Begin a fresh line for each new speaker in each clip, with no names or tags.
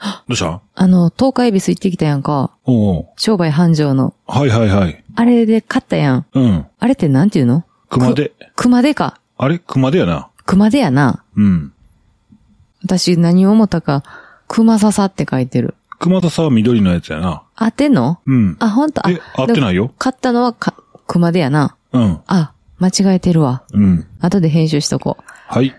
どうした
あの、東海恵比寿行ってきたやんか。
おうおう
商売繁盛の。
はいはいはい。
あれで買ったやん。
うん。
あれってなんていうの
熊手。
熊手か。
あれ熊手やな。
熊手やな。
うん。
私何を思ったか、熊笹って書いてる。
熊田さんは緑のやつやな。
合ってんの
うん。
あ、ほんとあ
え、合ってない
い
よ。
買ったのはか、熊手やな。
うん。
あ、間違えてるわ。
うん。
後で編集しとこう。
はい。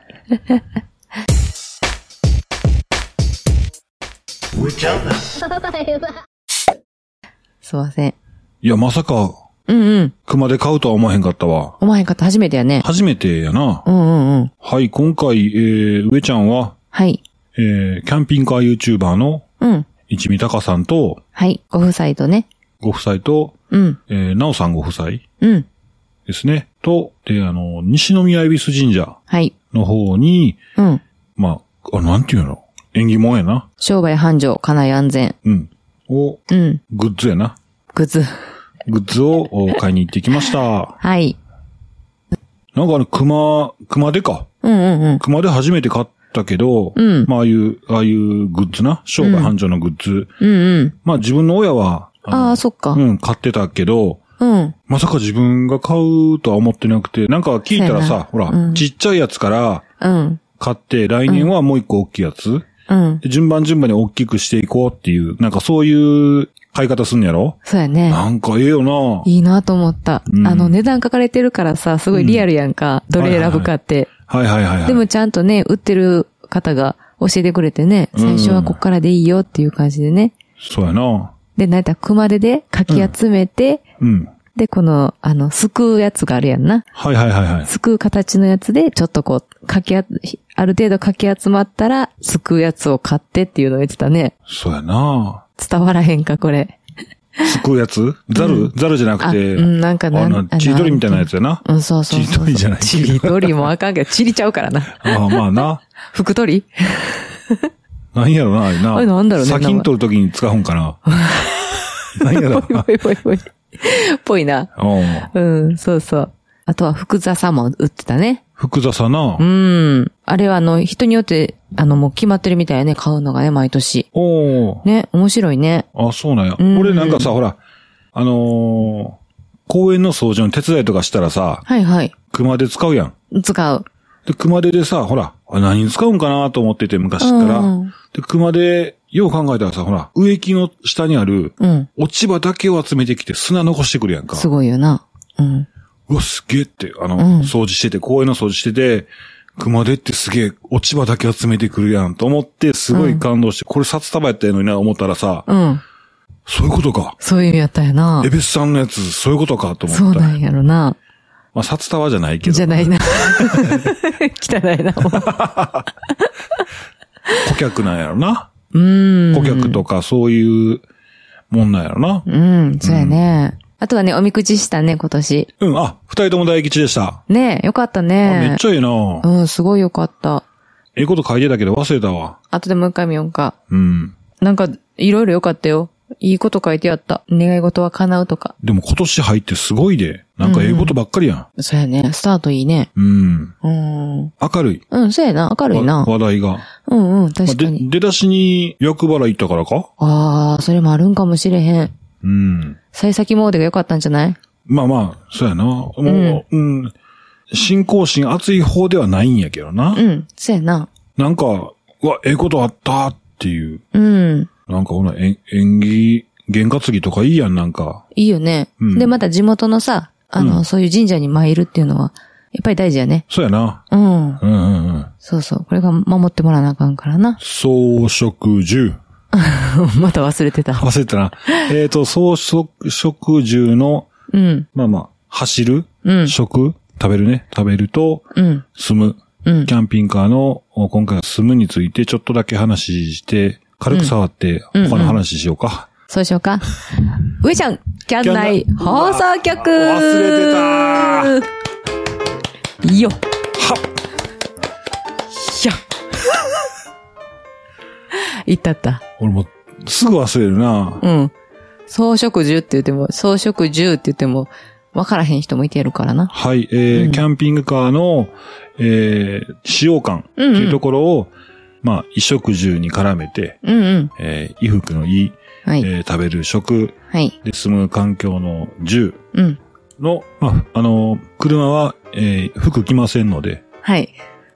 すいません。
いや、まさか、
うんうん。
熊手買うとは思わへんかったわ。
お前方初めてやね。
初めてやな。
うんうんうん。
はい、今回、えー、上ちゃんは、
はい。
えー、キャンピングカー YouTuber の
うん。
一味高さんと、
はい。ご夫妻とね。
ご夫妻と、
うん。
えー、なおさんご夫妻
うん。
ですね。と、で、あの、西宮恵比寿神社
はい。
の方に、
うん。
まあ、あなんていうの縁起物やな。
商売繁盛、家内安全。
うん。を、
うん。
グッズやな。
グッズ。
グッズをお買いに行ってきま した。
はい。
なんかあの、熊、熊手か。
うんうんうん。
熊手初めて買ったけど、
うん
まあ、ああいう、ああいうグッズな。商売繁盛のグッズ。
うんうん。
まあ、自分の親は、
あ
の
あ、そっか。うん。
うん、買ってたけど、まさか自分が買うとは思ってなくて、なんか聞いたら
そうや
さ
な、
ほら、
うん
ちっちゃいやつから
うん。
買って、来年はもう一個大きいやつ、
うん。
で順番順番に大きくしていこうっていう、なんかそういう買い方すんやろ
そうやね。
なんかええよない
いなと思った。
うん
あの、値段書かれてるからさ、すごいリアルやんか。どれ選ぶかって。
はいはいはいはい。
でもちゃんとね、売ってる方が教えてくれてね、最初はこっからでいいよっていう感じでね。
そうやな
で、なんやったら熊手でかき集めて、
うん。
で、この、あの、すくうやつがあるやんな。
はいはいはいはい。
すくう形のやつで、ちょっとこう、かきあ、ある程度かき集まったら、すくうやつを買ってっていうのを言ってたね。
そうやな
伝わらへんか、これ。
すくうやつザルザルじゃなく
あ、
て、
うん、なんか
あ
なん、
の、ちりとりみたいなやつやな。
うん、そうそうそうそ
ちりと
う。
りじゃない
ちりとりもあかんけど、ちりちゃうか らな。
ああ、まあな。
福取り
なんやろな、あれな。
あれなんだろうね
先に取るときに使うんかな。なんや ろ
ぽい
な。
ぽいぽいぽい。ぽいな。
うん。
うん、そうそう。あとは、福座さも売ってたね。
複雑さな
う。ん。あれは、あの、人によって、あの、もう決まってるみたいやね、買うのがね、毎年。
おお。
ね、面白いね。
あ、そうなんや。
うん
俺なんかさ、ほら、あのー公園の掃除の手伝いとかしたらさ、
はいはい。
熊手使うやん。
使う。
で、熊手でさ、ほら、あ何に使うんかなと思ってて昔から。
うん
で、熊手、よう考えたらさ、ほら、植木の下にある、
うん。
落ち葉だけを集めてきて砂残してくるやんか。
すごいよな。うん。
うわ、すげえって、あの、
うん
掃除してて、公園の掃除してて、熊手ってすげえ、落ち葉だけ集めてくるやんと思って、すごい感動して、これ札束やったのにな、思ったらさ、
うん。
そういうことか。
そういう意味やったんやな
エ。ベスさんのやつ、そういうことかと思った。
そうなんやろな。
まあ、札束じゃないけど、
じゃない な。汚いな。
顧客なんやろな。
うん。
顧客とか、そういうもんなんやろな。
うん、そうやね。あとはね、おみくじしたね、今年。
うん、あ、二人とも大吉でした。
ねよかった
あめっ
ね。
ちゃいいな
うん、すごいよかった。
ええこと書いてたけど忘れたわ。
あとでもう一回見ようか。
うん。
なんか、いろいろよかったよ。いいこと書いてあった。願い事は叶うとか。
でも今年入ってすごいで。なんかええことばっかりや
そうやね。スタートいいね。
ん。うん。
うん。
明るい。
うん、そうやな。明るい
わ
な。
話題が。
うんうん、
まあ
確か
で
に。
出だしに役払い行ったからか
ああ、それもあるんかもしれへん。
うん。
幸先モーデが良かったんじゃない
まあまあ、そうやな。もう、うん。信仰心熱い方ではないんやけどな。
うん、そうやな。
なんか、うわ、ええことあったっていう。
うん。
なんかほら、えん縁起、験担ぎとかいいやん、なんか。
いいよね。
うん
で、また地元のさ、あの、そういう神社に参るっていうのは、やっぱり大事やね。
そうやな。
うん。
うんうんうん。。
そうそう。これが守ってもらわなあかんからな
装飾銃。
また忘れてた。
忘れ たな。えっと、装飾銃の、
うん。
まあまあ、走る、
うん。
食、食べるね。食べると、
うん。
住
う
む。
ん
キ。ャンピングカーの、お今回は住むについてちょっとだけ話して、軽く触って、
うん
他の話しようか。
そうしよう か。上ちゃん、キャン内
キャン内
放送局
忘れてた
ーいいよ。
は
ひゃ。 いったった。
俺も、すぐ忘れるな。
うん。装飾銃って言っても、装飾銃って言っても、わからへん人もいてやるからな。
はい、えー
うん
キャンピングカーの、えー使用感っていうところを、まあ、衣食住に絡めて、
うんうん。
えー衣服の衣、
はい。
えー食べる食、
はい。
で、住む環境の住
うん。
の、まあ、あの、車は、えー服着ませんので、
はい。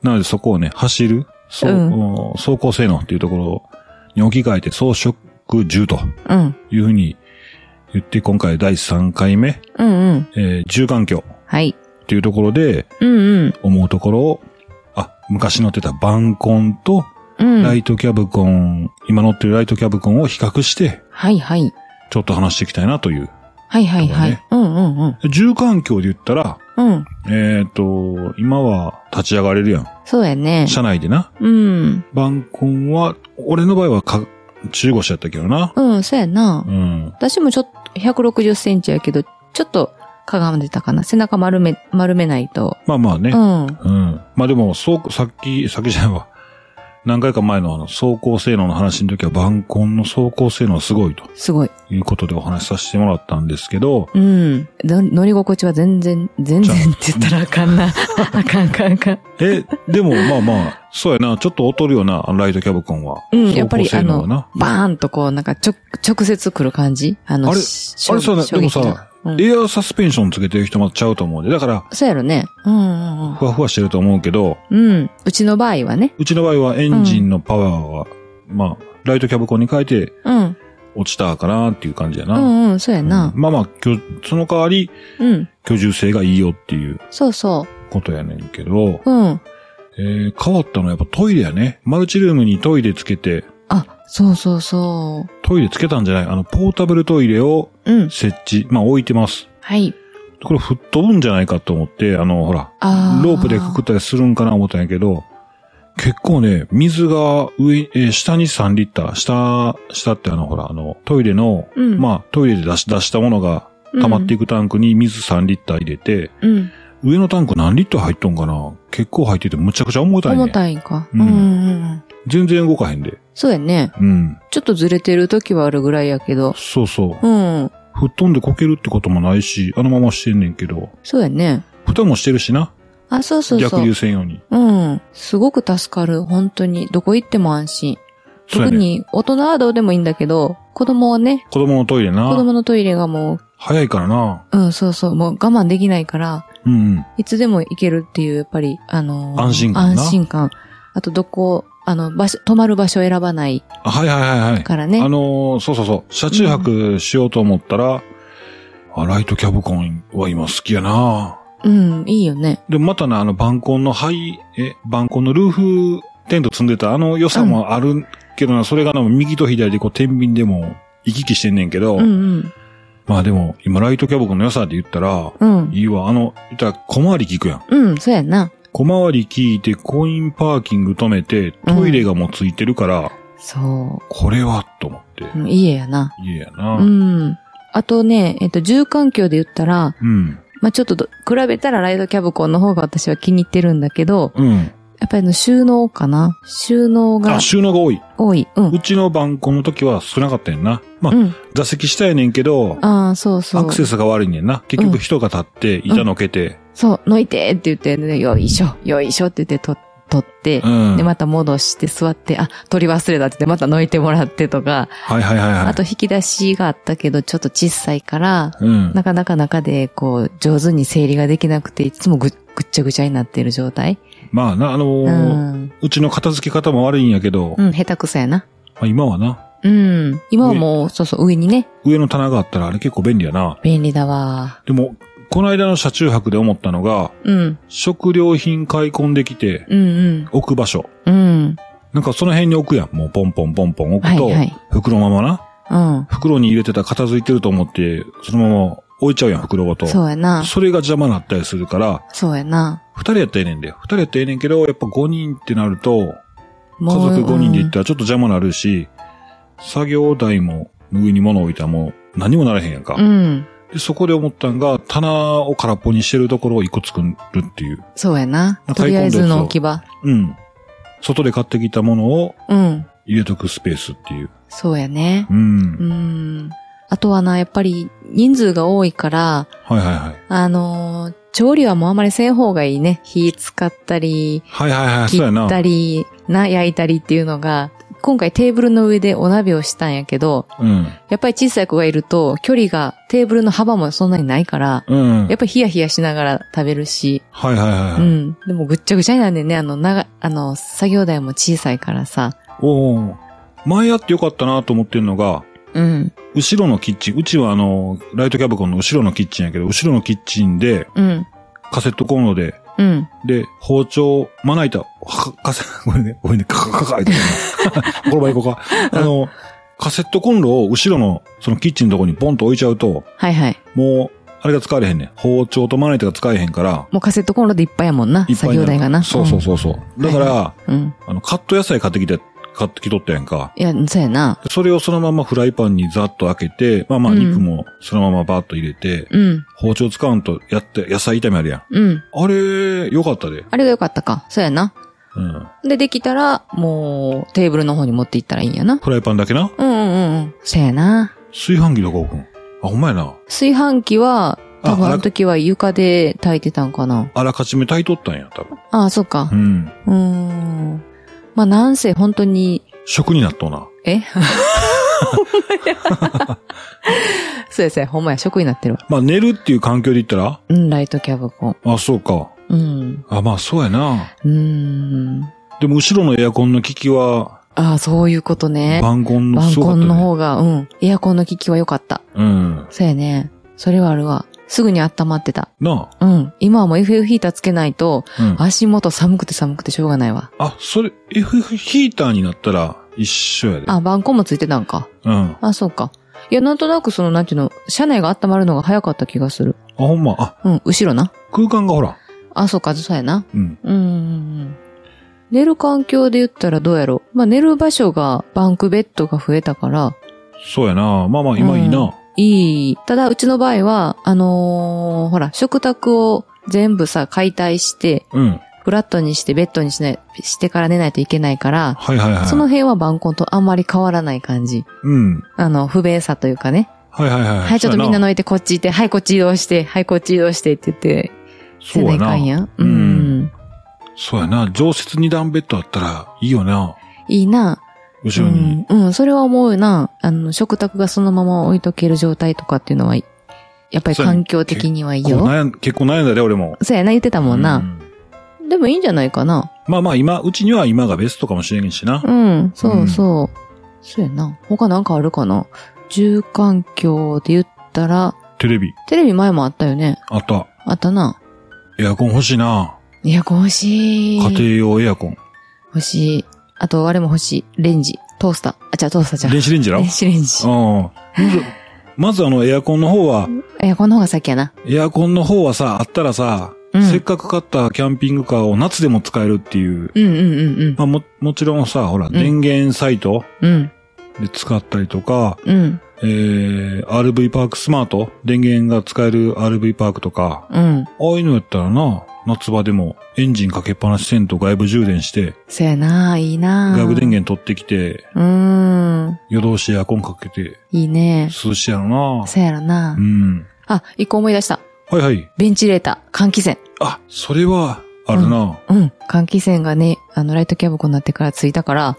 なのでそこをね、走る、そう
うん
お走行性能っていうところに置き換えて、装飾住と
うん。
いうふうに言って、今回第3回目、
うんうん。
えー住環境
はい。
っていうところで
うんうん。
思うところを、あ、昔乗ってたバンコンと
うん。
ライトキャブコン、今乗ってるライトキャブコンを比較して、
はいはい。
ちょっと話していきたいなという。
はいはいは
と
い。うんうんうん。
住環境で言ったら、
うん。
えっ、と、今は立ち上がれるやん。
そうやね。
車内でな。
うん。
バンコンは、俺の場合はか、中腰やったけどな。
うん、そうやな
う。ん。
私もちょっと、160センチやけど、ちょっと、かがんでたかな。背中丸め、丸めないと。
まあまあね
う。
う
ん。
ん。まあでも、そう、さっき、さっきじゃないわ。何回か前のあの、走行性能の話の時は、バンコンの走行性能はすごいと
すごい。
いうことでお話しさせてもらったんですけど、
うん。の乗り心地は全然、全然って言ったらあかんな。あかんあかんあかん。
え、でもまあまあ、そうやな、ちょっと劣るよな、あのライトキャブコンは。
うん、やっぱりあ
走行性能は
の
な、
バーンとこう、なんかちょ、直接来る感じあの、
あれ
し
あれそうだ、
衝
でも
撃と
さ、
うん
エアーサスペンションつけてる人もちゃうと思うんで、だから、
そうやろね。うんうん
ふわふわしてると思うけど、
うん。うん。うちの場合はね。
うちの場合はエンジンのパワーは、まあ、ライトキャブコンに変えて
うん。
落ちたかなっていう感じや
う
な。
んうん、そうや
う
な。
んまあまあ、居その代わり、
うん。
居住性がいいよっていう
そうそ
ことやねんけど、
う。うん。
えー、変わったのはやっぱトイレやね。マルチルームにトイレつけて、
あ、そうそうそ
トイレつけたんじゃないあの、ポータブルトイレを
う。うん。
設置、まあ置いてます。
はい。
これ吹っ飛ぶんじゃないかと思って、あの、ほら、
あ
ロープでくくったりするんかな思ったんやけど、結構ね、水が上、えー下に3リッター、下、下ってあの、ほら、あの、トイレの、
うん
まあ、トイレで出し、出したものが溜まってい
く。
くタンクに水3リッター入れて、
うん。
上のタンク何リッター入っとんかな結構入っててむちゃくちゃ重たいね。
重たいんか。
う
うんんうんうん。
全然動かへんで。
そうやね。
うん。
ちょっとずれてる時はあるぐらいやけど。
そうそう。
うん。
吹っ飛んでこけるってこともないし、あのまましてんねんけど、
そうやね。
蓋もしてるしな。
あ、そうそうそう。
逆流せんように。
うん。すごく助かる。本当に。どこ行っても安心。
そうやね
特に、大人はどうでもいいんだけど、子供はね、
子供のトイレ
子
な。
供のトイレがも
早いからな。
う、うん、そうそう、もう我慢できないから、
うんうん。
いつでも行けるっていう、やっぱり、あのー
安心感な
安心感。あと、どこ、あの、場所、泊まる場所を選ばない
あはいはいはいはい。
からね。
あのーそうそうそう。車中泊しようと思ったら、あライトキャブコンは今好きやな
うん、いいよね。
でもまたな、あの、バンコンの灰、え、バンコンのルーフテント積んでた、あの良さもあるけどな、それがな、右と左でこう、天秤でも行き来してんねんけど、
うんうん。
まあでも、今ライトキャブコンの良さで言ったら、
うん。
いいわ、あの、言ったら小回り聞くやん。
うん、そうやな。
小回り聞いて、コインパーキング止めて、トイレがもうついてるから、
そ
これは、と思って、
う。うん家やな。
家やな。
うん。あとね、えっと、住環境で言ったら、
うん。
まあ、ちょっとど、比べたらライドキャブコンの方が私は気に入ってるんだけど、
うん。
やっぱりあの収納かな収納が
あ、収納が多い。
多い。うん。
うちのバンコンの時は少なかったんやんな。まあ、
うん。
座席下やねんけど、
ああ、そうそ
ア
う
ク。セスが悪いねんな。結局人が立って、板のけて、
そう、のいてって言って、ね、よいしょ、よいしょって言って、と、取って
う、ん。
で、また戻して座って、あ、取り忘れたって言って、またのいてもらってとか、
はいはいはいは
あ
い。
と引き出しがあったけど、ちょっと小さいから、
うん。
なかなか中で、こう、上手に整理ができなくて、いつもぐ、ぐっちゃぐちゃになっている状態。
まあな、あの
う
ー
ん。
うちの片付け方も悪いんやけど、
う
ま
ん、下手くそやな。
あ今はな、
うん。今はもう、そうそう、上にね、
上の棚があったらあれ結構便利やな。
便利だわ。
でも、この間の車中泊で思ったのが、
うん。
食料品買い込んできて、
うん
置く場所。
うん。うん。
なんかその辺に置くやん。もうポンポンポンポン置くと、
はいはい
袋ままな。
うん。
袋に入れてたら片付いてると思って、そのまま置いちゃうやん、袋ごと。
そうやな。
それが邪魔になったりするから、
そうやな。
二人やったらええねんで。二人やったらええねんけど、やっぱ五人ってなると、家
もう
族五人で行っ
うん
たらちょっと邪魔になるし、作業台も上に物置いたらもう何もならへんやんか。
うん。
でそこで思ったんが、棚を空っぽにしてるところを一個作るっていう。
そうやな
な。んか
とりあえずの置き場。
うん。外で買ってきたものを
うん。
入れとくスペースっていう。
そうやね
う。ん。
うん。あとはな、やっぱり人数が多いから、
はいはいはい。
あのー調理はもうあまりせん方がいいね。火使ったり、
はいはいはい、そう
切
やな。
ったり、な、焼いたりっていうのが、今回テーブルの上でお鍋をしたんやけど、
うん。
やっぱり小さい子がいると、距離が、テーブルの幅もそんなにないから、
うん。
やっぱりヒヤヒヤしながら食べるし、
はいはいは
う
いはい。
ん。でもぐっちゃぐちゃになんねんね。あの、なが、あの、作業台も小さいからさ。
おお。前やってよかったなと思ってるのが、
うん。
後ろのキッチン、うちはあの、ライトキャブコンの後ろのキッチンやけど、後ろのキッチンで、
うん。
カセットコンロで、
うん。
で、包丁、まな板、はカセ、 ごめんね、ごめんね、カカカカ カ、いてるなこの場合行こうか。あの、カセットコンロを後ろの、そのキッチンのとこにポンと置いちゃうと、
はいはい。
もう、あれが使われへんねん。包丁とまな板が使えへんから、
もうカセットコンロでいっぱいやもんな。
いっぱい
作
に
業
る
台がな。
そうそうそうそう。だから、
うん。うん。
あの、カット野菜買ってきて、買ってきとったやんか。
いや、そうやな。
それをそのままフライパンにザッと開けて、まあまあ
うん
肉もそのままバーッと入れて、
うん。
包丁使うんとやって、野菜炒めあるやん。
うん。
あれ、よかったで。
あれが良かったか。そうやな。
うん。
で、できたら、もう、テーブルの方に持っていったらいいんやな。
フライパンだけな
うんうんうんうん。そうやな。
炊飯器どこ置くんあ、ほんまやな。
炊飯器は、
あ
多分
あ
あ
ら
の時は床で炊いてたんかな。
あらかじめ炊いとったんや、多分。
ああ、そうか
う。ん。
うーん。まあ、なんせ本当に、
食になっとうな。
え ほんまや。そうですね。ほんまや、食になってるわ。
まあ寝るっていう環境で言ったら、
うん、ライトキャブコン。
あ、そうか。
うん。
あ、まあそうやな。
うーん。
でも後ろのエアコンの効きは、
ああ、そういうことね。
晩婚の
晩
すごか
コ
った
ンの
ね。
方が、うん。エアコンの効きは良かった。
うん。
そうやね。それはあるわ。すぐに温まってた。
な
うん。今はもう FF ヒーターつけないと、
あ。うん。
足元寒くて寒くてしょうがないわ。
あ、それ、FF ヒーターになったら一緒やで。
あ、晩コンもついてたんか。
うん。あ、
あ、そうか。いや、なんとなくその、なんていうの、車内が温まるのが早かった気がする。
ほんま。あ、
うん、後ろな。
空間がほら。
あ、そうか、そうやな。
うん。
うんうんうん。寝る環境で言ったらどうやろう。まあ、寝る場所がバンクベッドが増えたから、
そうやな。まあまあ、今いいな。
うんいい。ただ、うちの場合は、あのーほら、食卓を全部さ、解体して、
うん。
フラットにしてベッドにしない、してから寝ないといけないから、
はいはいはい。
その辺は晩婚とあんまり変わらない感じ。
うん。
あの、不便さというかね。
はいはいはい。
はい、ちょっとみんな
の。
のいて、こっち行って、はい、こっち移動して、はい、こっち移動してって言って、
そ
せ
う
な
や
いかん
な。
やん。う
うん
ん。
そうやな。常設二段ベッドあったらいいよな。
いいな。
後ろに。
うん、うん、それは思うな。あの、食卓がそのまま置いとける状態とかっていうのは、やっぱり環境的にはいい
こう
よ。
悩ん結構悩んだで、俺も。
そうやな、言ってたもんな。
ん
でもいいんじゃないかな。
まあまあ、今、うちには今がベストかもしれんしな
う。ん、そううんそう。そうやな。他なんかあるかな。住環境で言ったら、
テレビ。
テレビ前もあったよね。
あった。
あったな。
エアコン欲しいな。
いや、欲しい。
家庭用エアコン。
欲しい。あと、あれも欲しい。レンジ。トースター。あ、じゃあトースターじゃん。
電子レンジだろ
電子レンジ。
うん。まずまずあの、エアコンの方は、
え、この方が先やな。
エアコンの方はさ、あったらさ、
うん
せっかく買ったキャンピングカーを夏でも使えるっていう。
うんうんうん
まあも、もちろんさ、ほら、
ん
電源サイト
うん。うん。
で使ったりとか、
うん。
えー、RV パークスマート電源が使える RV パークとか、
うん。
ああいうのやったらな、夏場でもエンジンかけっぱなしせんと外部充電して、
そやな、いいな。
外部電。源取ってきて、
うーん。
夜通しエアコンかけて、
いいね。
涼しいやろな。
そやろな
う。ん。
あ、一個思い出した。
はいはい。
ベンチレーター。換気扇。
あ、それは、あるな。
うん。換気扇がね、あの、ライトキャブコになってからついたから、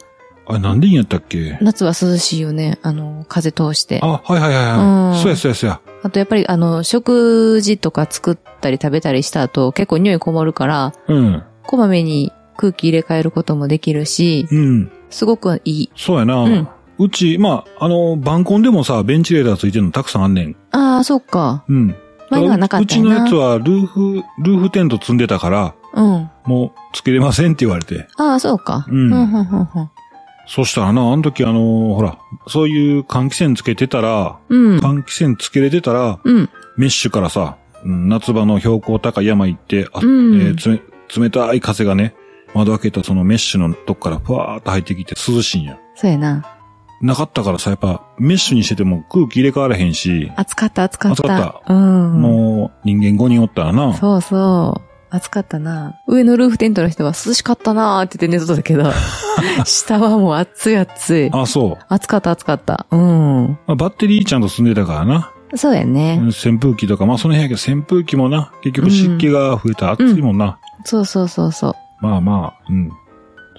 あれ、なんでいいんやったっけ
夏は涼しいよね。あの、風通して。あ
あ、はいはいはいは
う
い。
ん
そうやそうやそうや。
とやっぱり、あの、食事とか作ったり食べたりした後、結構匂いこもるから、
うん。
こまめに空気入れ替えることもできるし、
うん。
すごくいい。
そうやな。
うん
うち、まあ、あの、晩婚でもさ、ベンチレーターついてるのたくさんあんねん。
ああ、そっか。
うん。
前のはなかっ
う
た
ち
よ
のや
な。
つは、ルーフ、ルーフテント積んでたから、
うん。あ
もう、つけれませんって言われて。
あー、そうか。
うん
ふんふんふんふん
そしたらな、あの時あの、ほら、そういう換気扇つけてたら、
うん。
換気扇つけれてたら、
うん。
メッシュからさ、うん夏場の標高高い山行って、あ
うん
えーつめ冷たい風がね、窓開けたそのメッシュのとこからふわーっと入ってきて涼しいんや。
そうやな。
なかったからさ、やっぱメッシュにしてても空気入れ替わらへんし、
暑かった、暑かっ
暑
た。
か
った。うん。
もう人間5人おったらな。
そうそう。暑かったな。上のルーフテントの人は涼しかったなーって言って寝とったけ ど、下はもう暑い暑い。
あ、そう。
暑かった暑かった。うん。
まあバッテリーちゃんと進んでたからな。
そうやね。
扇風機とか、まあその辺やけど扇風機もな、結局湿気が増えたら暑いもんな。
そうそうそうそう。
まあまあ、うん。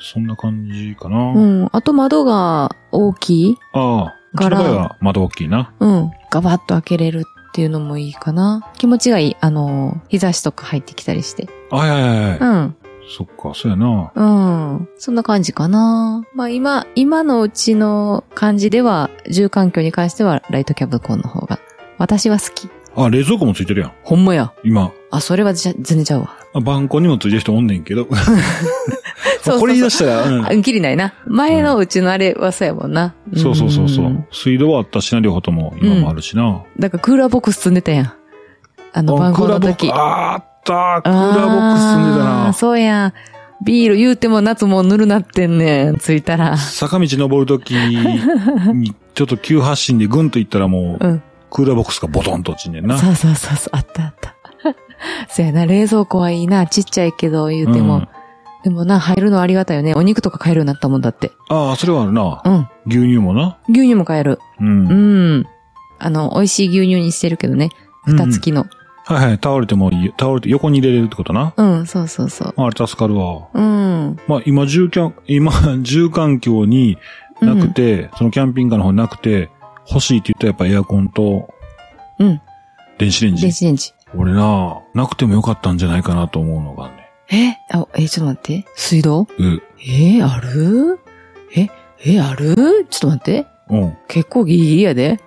そんな感じかな。
うん。あと窓が大きい
ああ、うちの場合は窓大きいな。
うん。ガバッと開けれるっていうのもいいかな。気持ちがいい。あの、日差しとか入ってきたりして。
はいはいはい。
うん。
そっか、そうやな。
うん。そんな感じかな。まあ今、今のうちの感じでは、住環境に関してはライトキャブコンの方が、私は好き。
あ、冷蔵庫もついてるやん。
ほんまや。
今。
あ、それはじゃ、ずねちゃうわ。
まあバンコンにもついてる人おんねん けど。
そうそうそう
これ言い出したら、うん
あ、きりないな。前のうちのあれはそうやもんな。
そうそうそうそ
ん
う。水道はあったしな、両方とも今もあるしな。
だからクーラーボックス積んでたやん。あの、
あ
晩
クー
婚
ラ
の
ーボック
時。
ス、ああった。クーラ
あ
ーボックス住んでた
ー
な。
そうやん。ビール言うても夏もうぬるなってんねん。着いたら。
坂道登るときに、ちょっと急発進でぐんと行ったらもう、
うん。
クーラーボックスがボトンと落ちんねんな。
そうそうそうそう。あったあった。 そうやな。冷蔵庫はいいな。ちっちゃいけど言うても。
うん
でもな、入るのありがたいよね。お肉とか買えるようになったもんだって。
ああ、それはあるな
う。ん。
牛乳もな。
牛乳も買える。
う。
うんん。あの、美味しい牛乳にしてるけどね。蓋付きの。
はいはい、倒れてもいい。倒れて、横に入れれるってことな。
うん、そうそうそう。
あれ助かるわ。
うん。
まあ今、住環、今、 住環境になくて、そのキャンピングカーの方になくて、欲しいって言ったらやっぱエアコンと
うん。
電子レンジ
電。子レンジ。
俺な、なくてもよかったんじゃないかなと思うのがね。
えあ、え、ちょっと待って。水道
うん。
えー、あるえ、え、あるちょっと待って。
うん。
結構ギリギリやで。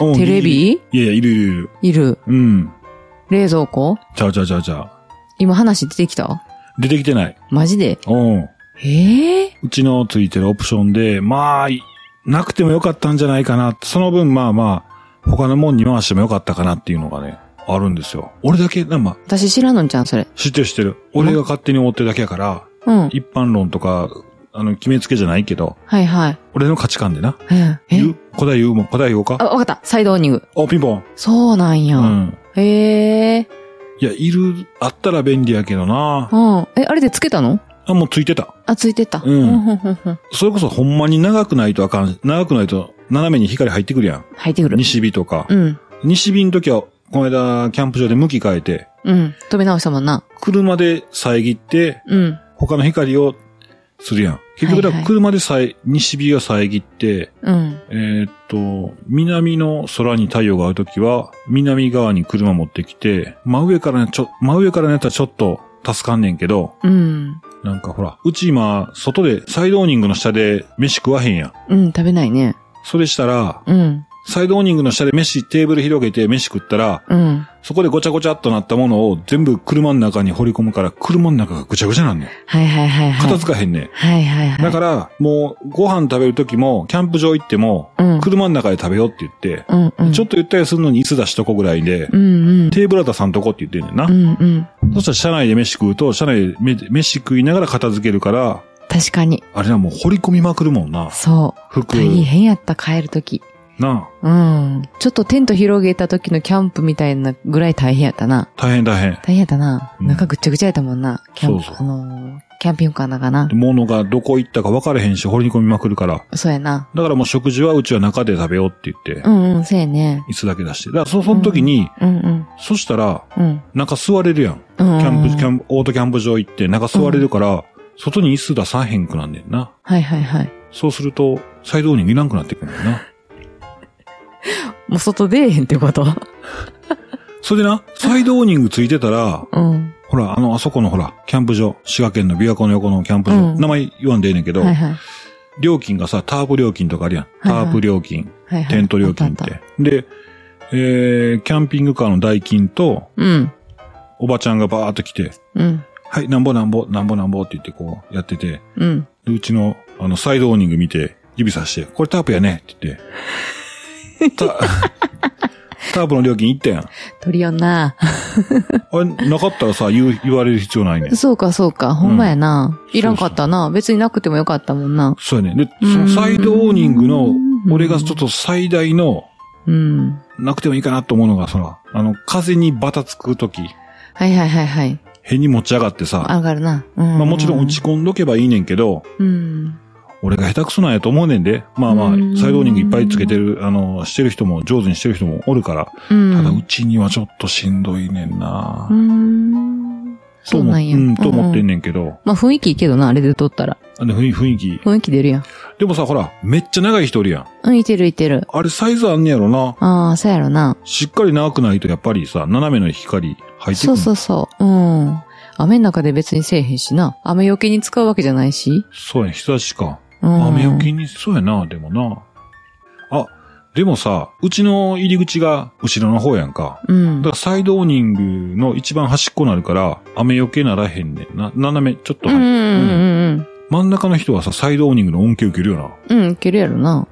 うん
テレ
い
ビ
やいや、いるいるいる。
いる。
うん。
冷蔵庫
ちゃうちゃうちゃうちゃう。
今話出てきた
出てきてない。
マジで
うん。
ええ
うちのついてるオプションで、まあ、いなくてもよかったんじゃないかなって。その分、まあまあ、他のもんに回してもよかったかなっていうのがね、あるんですよ。俺だけ、なんか、
私知らんのんちゃん、それ。
知ってる知ってる。俺が勝手に思ってるだけやから、
うん。
一般論とか、あの、決めつけじゃないけど、
はいはい。
俺の価値観でな。
うん
言
え
う答え言うもん。答え言おう
あ、
か。
わかった。サイドオーニング。
お、ピンポン。
そうなんや。
うん。
へえ。
いや、いる、あったら便利やけどな。
うん。え、あれでつけたの
あ、もうついてた。
あ、ついてた。
うん
うんうんうん
それこそほんまに長くないとあかん。長くないと斜めに光入ってくるやん。
入ってくる。
西日とか。
うん。
西日の時は、この間、キャンプ場で向き変えて、
うん。止め直したもんな。
車で遮って、
うん。
他の光をするやん。結局だ
はい
か
は
ら
い
車でさえ、西日を遮って、
うん。
えーっと、南の空に太陽があるときは、南側に車持ってきて、真上からね、ちょ、真上からのやったらちょっと助かんねんけど、
うん。
なんかほら、うち今、外で、サイドオーニングの下で飯食わへんやん。
うん、食べないね。
それしたら、
うん。
サイドオーニングの下で飯、テーブル広げて飯食ったら、
うん。
そこでごちゃごちゃっとなったものを全部車の中に掘り込むから、車の中がぐちゃぐちゃなんねん。
はいはいはいはい。
片付かへんねん。
はいはいはい。
だから、もう、ご飯食べるときも、キャンプ場行っても、
うん。
車の中で食べようって言って、
うんうん。
ちょっとゆったりするのに椅子出しとこぐらいで、
うんうん。
テーブルは出さんとこって言ってんねんな。
うんうん。
そしたら車内で飯食うと、車内でめ飯食いながら片付けるから、
確かに。
あれな、もう掘り込みまくるもんな。
そう。
服。
大変やった、帰るとき。
なあ
うん。ちょっとテント広げた時のキャンプみたいなぐらい大変やったな。
大変大変。
大変やったな。
うん
中ぐっちゃぐちゃやったもんな。キャンプ、
そうそ
あのー、キャンピングカーの中な
で。物がどこ行ったか分からへんし、掘り込みまくるから。
そうやな。
だからもう食事はうちは中で食べようって言って
う、んうん、そうやね。
椅子だけ出して。だからそ、その時に、
うんうん。
そしたら、
うん。
中座れるやん。
キ
キャンプ、キャ
ンプ。
ンプ、オートキャンプ場行って中座れるから、外に椅子出さへんくなんねんな。
はいはいはい。
そうすると、サイドオーニングいらんくなってくんねんな。
もう外出えへんってこと
それでな、サイドオーニングついてた ら、
うん。
ほら、あの、あそこのほら、キャンプ場、滋賀県の琵琶湖の横のキャンプ場、
うん
名前言わんでええねんけど、
はいはい。
料金がさ、タープ料金とかあるやん。
いはい
タープ料金、
はいはい。
テント料金っ
あたあ
て。で、えー、キャンピングカーの代金と、
た。うん。
おばちゃんがバーっと来て、
うん。
はい、なんぼなんぼ、なんぼなんぼって言ってこう、やってて、
うん。
でうちの、あの、サイドオーニング見て、指さして、これタープやねって言って。タ タープの料金いったやん。
鳥やんな。
あれ、なかったらさ、言う、言われる必要ないねん。
そうかそうか。ほんまやな。いらんかったな。別になくてもよかったもんな。
そうやね。で、
う
そ
ん
のサイドオーニングの、俺がちょっ
と。
と最大の、
うん。
なくてもいいかなと思うのが、その、あの、風にバタつくとき、
はいはいはいはい。
辺に持ち上がってさ、
上がるな。うん。
まあもちろん打ち込んどけばいいねんけど、
うん。
俺が下手くそなんやと思うねんで。まあまあ、
うん
サイドオーニングいっぱいつけてる、あの、してる人も、上手にしてる人もおるから、
うん。
ただうちにはちょっとしんどいねんな
うーん。
と
そう
思
なんや。
うん、と思ってんね
ね。
んけど、
まあ雰囲気いいけどな、あれで撮ったら。
あの雰囲雰囲気。
雰囲気出るやん。
でもさ、ほら、めっちゃ長い人おるやん。
うん、いてるいてる。
あれサイズあんねやろな。
ああ、そうやろな。
しっかり長くないとやっぱりさ、斜めの光入ってく
そう
る。
そうそう。うん。雨の中で別にせえへんしな。雨よけに使うわけじゃないし。
そうやね、日差しか。
うん、
雨よけに、そうやな、でもな。あ、でもさ、うちの入り口が後ろの方やんか。
うん
だか。らサイドオーニングの一番端っこになるから、雨よけならへんねんな。斜め、ちょっと
うんう
入
ん
っ
うん
真ん中の人はさ、サイドオーニングの恩恵受けるよな。
うん。うん、いけるやろな。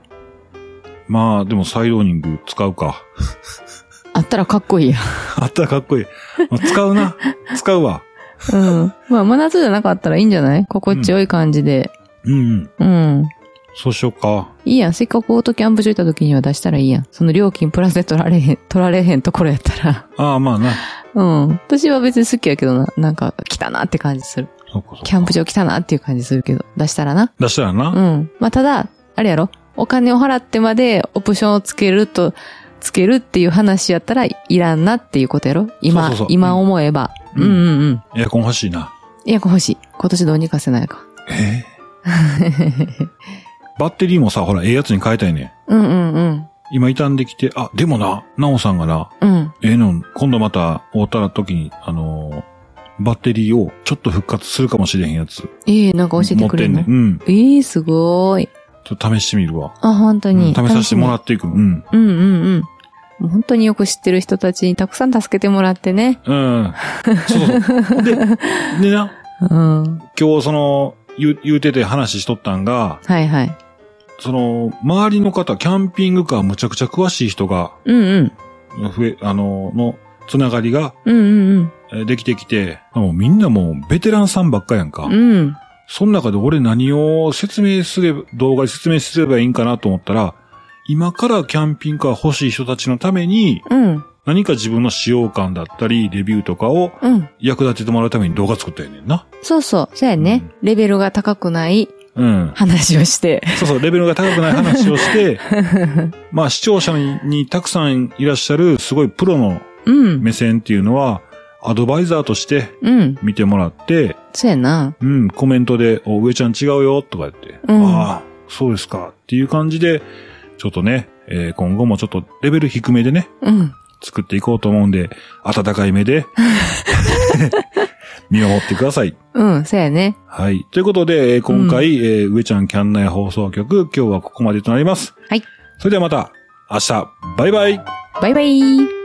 まあ、でもサイドオーニング使うか。
あったらかっこいいや。
あったらかっこいい。まあ使うな。使うわ。
うん。まあ、真夏じゃなかったらいいんじゃない心地よい感じで。
うんうん。
うん。
そうしようか。
いいやん。せっかくオートキャンプ場行った時には出したらいいやん。その料金プラスで取られへん、 取られへんところやったら。
ああ、まあな。
うん。私は別に好きやけどな。なんか、来たなって感じする。
そうかそうか
キャンプ場来たなっていう感じするけど。出したらな。
出したらな。
うん。まあ、ただ、あれやろ。お金を払ってまでオプションをつけると、つけるっていう話やったらいらんなっていうことやろ
そう
今、
そうそう
今思えば。
う
うんん、うんうん。
エアコン欲しいな。
エアコン欲しい。今年どうにかせないか。
えーバッテリーもさ、ほら、ええやつに変えたいねん。
うんうんうん。
今傷んできて、あ、でもな、なおさんがな、
うん。
ええの、今度また、会うたら時に、あのーバッテリーをちょっと復活するかもしれへんやつ。
ええなんか教えてくれる
持
の
ってんねん。うん。
ええすごーい。
ちょっと試してみるわ。
あ、本当
うん
に。
試させてもらっていく。うん。
楽しみ。うんうんうん。もう本当によく知ってる人たちにたくさん助けてもらってね。
うん。そうそうそう。 で、でな、
うん。
今日その、言う、言うてて話しとったんが、
はいはい。
その、周りの方、キャンピングカーむちゃくちゃ詳しい人が、
うんうん。
増え、あの、の、つながりが、
うんうん
えーできてきて、もうみんなもうベテランさんばっかやんか。
うん。うん。
その中で俺何を説明すれば、動画で説明すればいいんかなと思ったら、今からキャンピングカー欲しい人たちのために、
うん。
何か自分の使用感だったり、レビューとかを
うん。
役立ててもらうために動画作ったよねんな。
そうそう。そうやね。レベルが高くない
うん。
話をして。
そうそう、レベルが高くない話を して、まあ視聴者ににたくさんいらっしゃるすごいプロの
うん。
目線っていうのは、アドバイザーとして
うん。
見てもらって、
そうやな。
うん、コメントで、お、上ちゃん違うよ、とか言って、
うん
ああ、そうですか、っていう感じで、ちょっとね、えー今後もちょっとレベル低めでね、
うん。
作っていこうと思うんで、温かい目 で、見守ってください。
うん。そうやね。
はい。ということで、えー今回、えー上ちゃんキャンナイ放送局、今日はここまでとなります。
はい。
それではまた、明日、バイバイ
バイバイ。